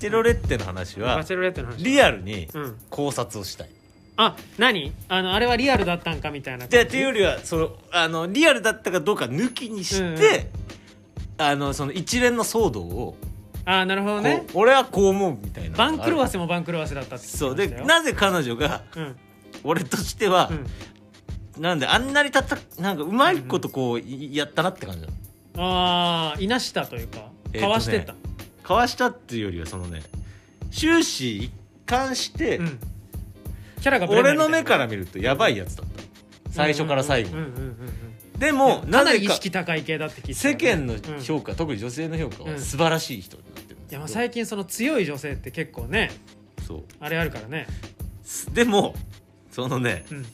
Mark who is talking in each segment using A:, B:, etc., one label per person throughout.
A: チェロレッテの話は
B: バチェロレッテの話
A: リアルに
B: うん
A: 考察をしたい。
B: あ何あのあれはリアルだったんかみたいな
A: でっていうよりはそのあのリアルだったかどうか抜きにして、あのその一連の騒動を、
B: あなるほどね
A: こう俺はこう思うみたいな
B: 番狂わ
A: せ
B: せも番狂わせだったって聞きま
A: そうで
B: したよ
A: なぜ彼女が
B: うん
A: 俺としては
B: う、ん
A: なんであんなにたたなんかうまいことこういやったなって感じなの
B: ああいなしたというか
A: えーとね
B: かわしてた、
A: かわしたっていうよりはそのね終始一貫して、
B: うんキャラがブレな
A: 俺
B: いみた
A: の
B: いな
A: 目から見るとやばいやつだった最初から最後、
B: うんうんうんうん
A: で
B: うん
A: も
B: うん
A: な
B: かな
A: ぜ
B: り意
A: か
B: 識高い系だって聞いてた
A: 世
B: よ
A: 間
B: ね、
A: の
B: うん
A: 評価、特に女性の評価
B: う
A: は
B: ん
A: 素晴らしい人になってるんだ
B: い
A: けど
B: やまあ最近その強い女性って結構ね
A: そう
B: あれあるからね、
A: すでもそのね
B: うん、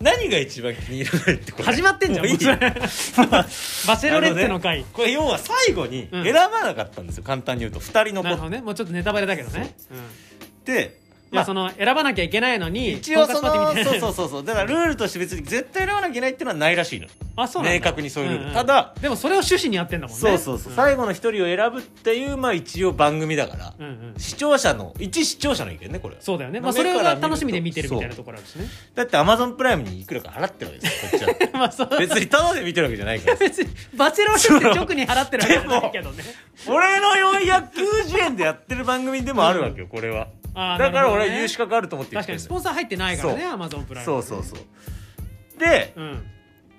A: 何が一番気に入らないってこれ
B: 始まってんじゃん
A: もういい
B: もうそれ バチェロレッテの回
A: これ要は最後に
B: うん
A: 選ばなかったんですよ、簡単に言うと2人
B: なる
A: 残
B: ほ
A: っ
B: どねもうちょっとネタバレだけどね、うん、い
A: て
B: やその選ばなきゃいけないのに
A: 一応そ
B: 婚活パー
A: の
B: ティーみた
A: そ
B: いうな
A: そうそうそうだからルールとして別に絶対選ばなきゃいけないっていうのはないらしいの
B: あそうなんだ
A: 明確にそういうルール
B: んん
A: ただ
B: でもそれを趣旨にやってんだもんね
A: そうそうそう、
B: ん
A: 最後の1人を選ぶっていうまあ一応番組だから、
B: うんうん
A: 視聴者の一視聴者の意見ねこれは
B: そうだよね、
A: の
B: まあ、それ
A: 目から
B: が
A: 見ると
B: 楽しみで見てるみたいなところあるしね
A: だってアマゾンプライムにいくらか払ってるわけですよこっちは
B: まあそう
A: 別にただで見てるわけじゃないから
B: 別にバチェロレッテ直に払ってるわけじゃないけどね
A: 俺の490円でやってる番組でもあるわけよこれは
B: あー
A: だから俺
B: なるほど
A: は
B: ね
A: 有資格あると思って生き
B: 確
A: て
B: か
A: る
B: に
A: んだ
B: ス
A: よ
B: ポンサー入ってないからね
A: そう
B: アマゾンプライム
A: そうそうそうで
B: ううん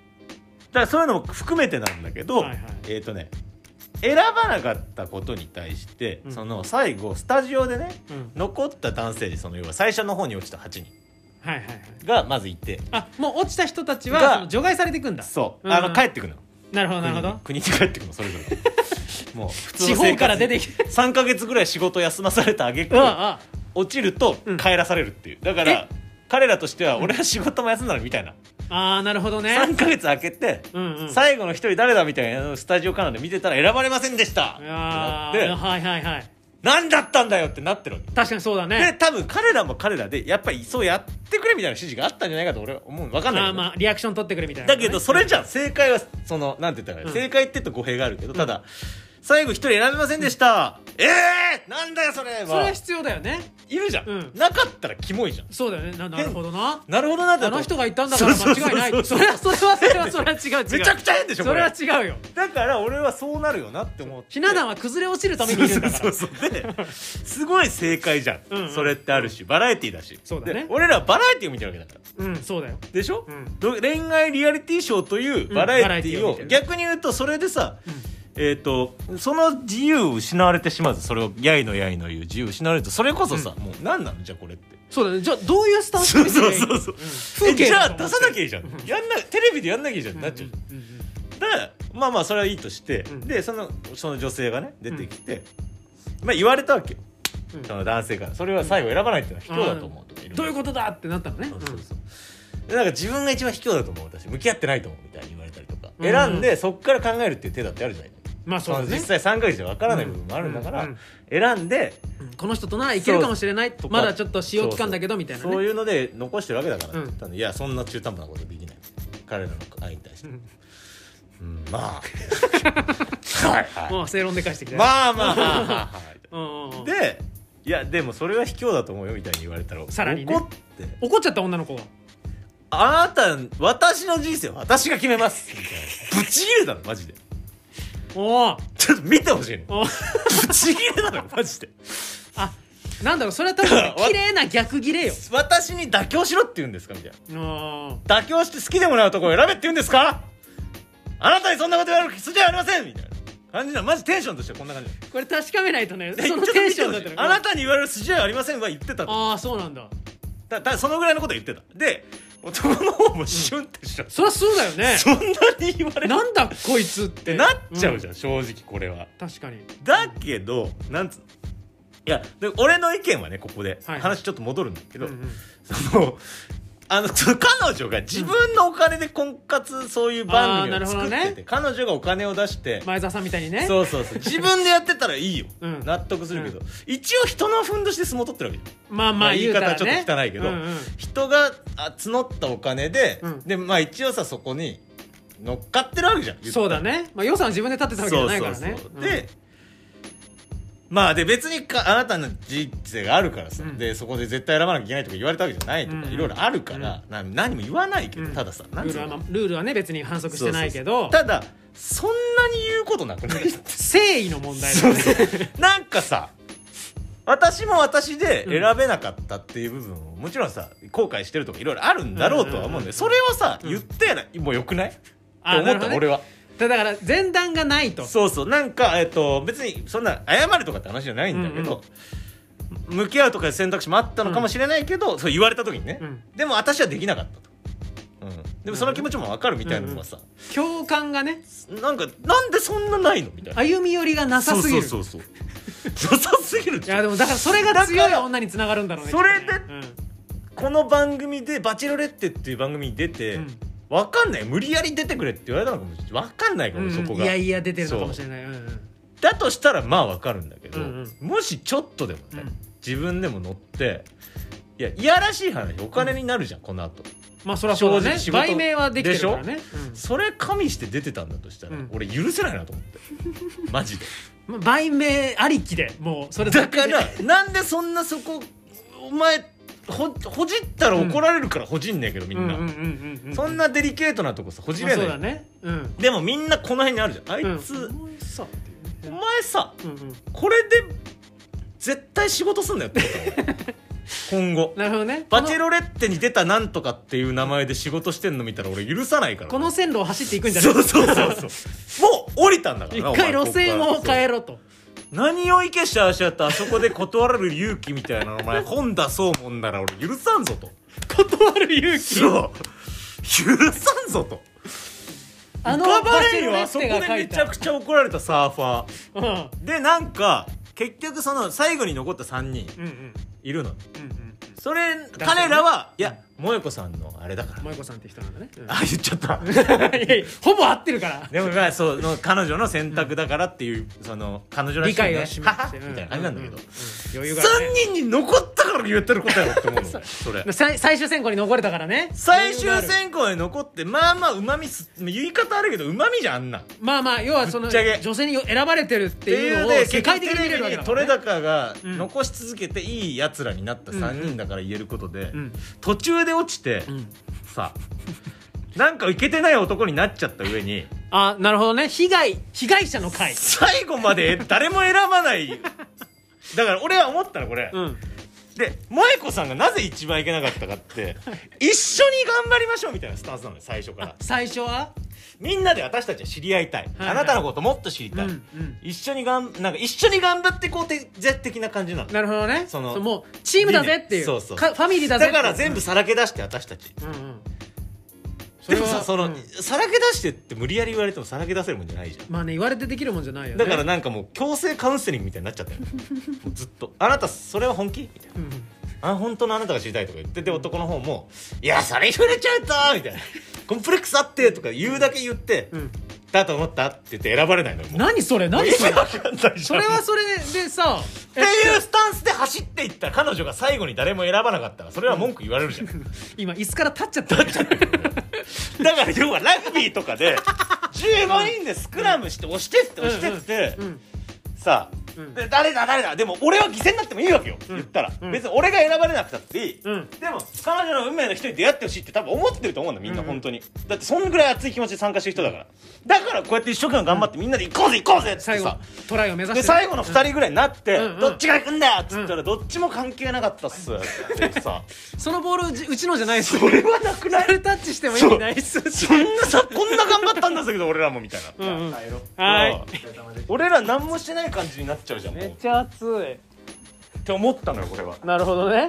A: だからそういうのも含めてなんだけど、
B: はいはい
A: えっ、とね選ばなかったことに対して、
B: うん
A: その最後スタジオでね
B: うん
A: 残った男性でその要は最初の方に落ちた8人
B: はいはいはい
A: がまずいて
B: あもう落ちた人たちは
A: が
B: その除外されていくんだ
A: そう、
B: ん
A: あの帰ってくの
B: なるほどなるほど
A: 国に国に帰ってくのそれぞ れもう普通の
B: 地方から出てきて
A: 3か月ぐらい仕事休まされたあげ
B: う
A: く
B: んあ
A: 落ちると
B: うん
A: 帰らされるっていうだから彼らとしては俺は仕事も休んだのみたいな、
B: あーなるほどね
A: 3か月空けて、
B: うんうん
A: 最後の一人誰だみたいなのをスタジオからで見てたら選ばれませんでしたってな
B: あ
A: っ
B: ー
A: て
B: はいはいはい
A: 何だったんだよってなってるわけ
B: 確かにそうだ
A: で
B: ね
A: 多分彼らも彼らでやっぱりそうやってくれみたいな指示があったんじゃないかと俺は思う分かんないけ
B: あー
A: ど
B: まあリアクション取ってくれみたいな
A: だ
B: ことね
A: けどそれじゃん正解はそのなんて言ったらいい、
B: うん
A: 正解って言うと語弊があるけどただ最後一人選べませんでした、ええー、なんだよそれは
B: それは必要だよね
A: いるじゃん、
B: うん
A: なかったらキモいじゃん
B: そうだよねななるほどな
A: なるほどなって
B: あの人が言ったんだから間違いない
A: そう
B: そ
A: そうそうそう
B: れはそれはそれはそれは違う違う
A: めちゃくちゃ変でしょ
B: そ
A: こ
B: れ
A: れ
B: は違うよ
A: だから俺はそうなるよなって思って
B: ひな壇は崩れ落ちるためにいるんだか
A: そう
B: ら
A: そうそうですごい正解じゃん、
B: うんうん
A: それってあるしバラエティーだし
B: そうだね
A: で俺らはバラエティーを見てるわけだから
B: うんそうだよ
A: でしょ、
B: うん
A: ど恋愛リアリティショーというバラエティー
B: うんバラエティーを見
A: を
B: てる
A: 逆に言うとそれでさ、
B: ん
A: えっ、とその自由を失われてしまうとそれをやいのやいの言う自由を失われるとそれこそさ、もう何なのじゃあこれって
B: そうだねじゃあどういうスタンス
A: そう
B: で
A: そうそうそう、
B: 風景
A: えじゃ
B: だ
A: あ
B: と思って
A: 出さなきゃいいじゃんやんなテレビでやんなきゃいいじゃん、なっちゃうじゃん
B: うんうんうん
A: だからまあまあそれはいいとして、
B: うん
A: でそのその女性がね出てきて、まあ言われたわけよ、
B: うん
A: その男性からそれは最後選ばないっていうのは卑怯だと思うとか
B: どういう
A: と
B: ことだってなったのね
A: そうそうそうでなんか自分が一番卑怯だと思う私向き合ってないと思うみたいに言われたりとか、
B: うん
A: 選んでそっから考えるっていう手だってあるじゃない
B: まあそうだね
A: の実際3ヶ月じゃわからない部分もあるんだから、
B: うんうん
A: 選んで
B: うんこの人とならいけるかもしれない
A: とか
B: まだちょっと使用期間だけどみたいな
A: そうそう
B: ね
A: いうので残してるわけだからって
B: うん
A: 言ったの、いやそんな中途半端なことできない彼らの愛に対して、うんまあ はいはい
B: もう正論で返してきたよ
A: まあまあまあまあ
B: うんうん うん
A: でいやでもそれは卑怯だと思うよみたいに言われたら
B: さらにね
A: 怒って
B: 怒っちゃった女の子が
A: あなた私の人生は私が決め ますみたいなぶち切れたのマジで
B: おー
A: ちょっと見てほしいの
B: おー
A: ぶち切れたのマジで
B: あなんだろうそれ は多分ね綺麗な逆切れよ
A: 私に妥協しろって言うんですかみたい
B: あ
A: な妥協して好きでもない男を選べって言うんですかあなたにそんなこと言われる筋合いありませんみたいな感じなのマジテンションとしてはこんな感じ
B: ーこれ確かめないとね
A: えち
B: そ
A: ょっ
B: の
A: と
B: テン
A: 見
B: シ
A: て
B: ョン
A: ほし
B: だっ
A: い
B: たら
A: あなたに言われる筋合いありませんは言ってたと
B: ああそうなんだ
A: だだそのぐらいのことは言ってたで男の方もシュンってしちゃって
B: そりゃそうだよね
A: そんなに言われるっ
B: なんだこいつって
A: てなっちゃうじゃん、
B: ん
A: 正直これは。
B: 確かに
A: だけど、なんつうのいや、で俺の意見はね、ここで、
B: はいはい
A: 話ちょっと戻るんだけど、
B: うんうん
A: その、あの、その彼女が自分のお金で婚活そういう番
B: あーな
A: 組
B: る
A: を
B: ほ
A: 作
B: ど
A: っ
B: ね
A: てて、彼女がお金を出して、
B: 前澤さんみたいにね
A: そうそうそう、自分でやってたらいいよ。
B: うん
A: 納得するけど、一応人のふんどしで相撲取ってるわけじゃん。
B: まあま
A: ま
B: あ
A: あ、言い
B: うた
A: 方
B: ら
A: はちょっと汚いけど、
B: うんうん
A: 人があ募ったお金で、
B: うん
A: でまあ一応さそこに乗っかってるわけじゃん言ったら
B: そうだね、まあ、予算は自分で立てたわけじゃないからね
A: そうそうそう
B: うん
A: で、まあで別にかあなたの人生があるからさ、
B: うん
A: でそこで絶対選ばなきゃいけないとか言われたわけじゃないとか、
B: うんうん
A: いろいろあるから、な何も言わないけど、
B: うん
A: たださ
B: ル
A: なん
B: ー
A: つう
B: ル
A: の
B: は、まあルールはね別に反則してないけど
A: ただそんなに言うことなくない
B: 誠意の問題だ
A: そ
B: よ
A: う
B: ね
A: そうなんかさ私も私で選べなかったっていう部分を、もちろんさ後悔してるとかいろいろあるんだろうとは思うん
B: うんうんうんう
A: で
B: ん
A: それをさ、
B: うん
A: 言ってやらもうよくないって
B: あ
A: 思
B: な
A: っ
B: るほ
A: た
B: どね
A: の俺は。
B: だから前段がないと
A: そうそうなんか、えっと別にそんな謝るとかって話じゃないんだけど、向き合うとかいう選択肢もあったのかもしれないけど、そう言われた時にね、
B: うん
A: でも私はできなかったと、うん、でもその気持ちも分かるみたいなのがさ、
B: 共感がね
A: なんかなんでそんなないのみたいな
B: 歩み寄りがなさすぎる
A: そうそうそうそう なさすぎる
B: い
A: じゃ
B: や
A: ん
B: でもだからそれが強い女につながるんだろうね
A: それで
B: きっとね
A: この番組で「バチェロレッテ」っていう番組に出て、
B: うん
A: 分かんない無理やり出てくれって言われたのかもしれない分かんないか
B: うん
A: も、
B: うん
A: そこ
B: い
A: が
B: やいや出てるのかもしれないうんうん
A: だとしたらまあ分かるんだけど、
B: うん
A: もしちょっとでもね、
B: うん
A: 自分でも乗っていやいやらしい話お金になるじゃん、この後
B: まあそりゃそう
A: 正
B: だね
A: 直仕事
B: 売名はできてるからねうん
A: それ加味して出てたんだとしたら、
B: うん
A: 俺許せないなと思ってマジで
B: まあ売名ありきでもうそれだ
A: だ
B: けで
A: からなんでそんなそこお前ほほじったら怒られるからほじんねえけどみんな、
B: うんうんうんうん
A: そんなデリケートなとこさほじ
B: ま
A: れ
B: あ
A: ない、
B: そうだねうん
A: でもみんなこの辺にあるじゃんあ
B: うん
A: いつ、
B: お前さっていう
A: お
B: ね
A: 前さ
B: うんうん
A: これで絶対仕事すんだよってことだよ 今後
B: なるほどね
A: バチェロレッテに出たなんとかっていう名前で仕事してんの見たら俺許さないから
B: この線路を走っていくんじゃな
A: そ
B: いう
A: そうそうそうも う降りたんだからな
B: 一回
A: お前
B: 路線を変え
A: こ
B: ろと
A: こから何をいけしゃあしゃってあそこで断られる勇気みたいなのお前本出そうもんなら俺許さんぞと
B: 断る勇気
A: そう許さんぞと
B: あの
A: ババ
B: バチ
A: レ
B: ェ
A: ー
B: ロ
A: よ
B: レ
A: あそ
B: ッ
A: こで
B: テが書
A: め
B: い
A: ちゃ
B: た
A: くちゃ怒られたサーファ
B: うんうん
A: ーでなんか結局その最後に残った3人
B: うん
A: いるの
B: うんうん
A: それ彼らはいや萌子さんのあれだから
B: 萌子さんって人なんだね、うん
A: あ言っちゃった
B: いやいやほぼ合ってるから
A: でもまあその彼女の選択だからっていう、その彼女らし
B: 理
A: い、ね、
B: 解を示して
A: ははみたいな感じなんだけど、
B: うう
A: 三
B: うん余裕があるね
A: 3人に残ったから言ってることやろって思うのそれ
B: さい最終選考に残れたからね
A: 最終選考に残ってまあまあうまみす言い方あるけどうまみじゃんあんなんっ
B: まあまあ要はそ
A: ぶ
B: の
A: っちゃけ
B: 女性に選ばれてるっていうのを
A: ね
B: 世界的に見れるわけだ
A: テ
B: から、
A: レ
B: ね、
A: ビに取れ高が
B: うん
A: 残し続けていいやつらになった3人だから言えることで、
B: うん
A: 途中で落ちて、
B: うん
A: さなんかいけてない男になっちゃった上に
B: あなるほどね被害被害者の会
A: 最後まで誰も選ばないだから俺は思ったのこれ、
B: うん
A: で萌子さんがなぜ一番いけなかったかって一緒に頑張りましょうみたいなスタンスなのよ最初か
B: あ
A: ら
B: 最初は
A: みんなで私たちは知り合いたい、
B: はいはい
A: あなたのこともっと知りたい、
B: うんうん
A: 一緒にがんなんか一緒に頑張ってこうって絶的な感じなの
B: なるほどね
A: その
B: うもうチームだぜっていう
A: そうそう
B: かファミリーだぜ
A: だ
B: っていう
A: から全部さらけ出して私たち
B: うんうんそ
A: で
B: れ
A: も
B: は
A: さその、
B: うん
A: さらけ出してって無理やり言われてもさらけ出せるもんじゃないじゃん
B: まあね言われてできるもんじゃないよね
A: だからなんかもう強制カウンセリングみたいになっちゃった よもうずっと「あなたそれは本気?」みたいな
B: うん
A: あ本当のあなたが知りたいとか言ってて男の方も「いやそれ言われちゃうと」みたいな「コンプレックスあって」とか言うだけ言って「
B: うん
A: だと思った?」って言って選ばれないのよも う
B: 何それ何それ
A: わかんないじ
B: そ
A: ゃん
B: れはそれで さ
A: っていうスタンスで走っていった彼女が最後に誰も選ばなかったらそれは文句言われるじゃん、
B: 今椅子から立っちゃった立っちゃっ
A: だから要はラグビーとか で15人でスクラムして押してって押してって
B: うん
A: さ
B: うん
A: で誰だ誰だでも俺は犠牲になってもいいわけよ、言ったら、
B: うん
A: 別に俺が選ばれなくたっていい、
B: うん
A: でも彼女の運命の人に出会ってほしいって多分思ってると思うんだみんな本当に、だってそんぐらい熱い気持ちで参加してる人だからだからこうやって一生懸命頑張ってみんなで行こうぜ行こうぜっつって
B: 最後
A: さ
B: トライを目指
A: で
B: してる
A: 最後の2人ぐらいになって、
B: うんうん
A: どっちが行くんだよっつったらどっちも関係なかったっすって さ
B: そのボールうちうちのじゃないっす
A: それはなくない
B: それタッチしても意味ないっす
A: そんなさこんな頑張ったんだけど俺らもみたいな、
B: うんうん
C: 帰ろう
B: は
C: お疲れ様でした
A: 俺ら何もしてない感じになっちゃうじゃん
B: い
A: もう
B: め
A: っ
B: っちゃ熱い
A: て思ったのよこれは
B: なるほどね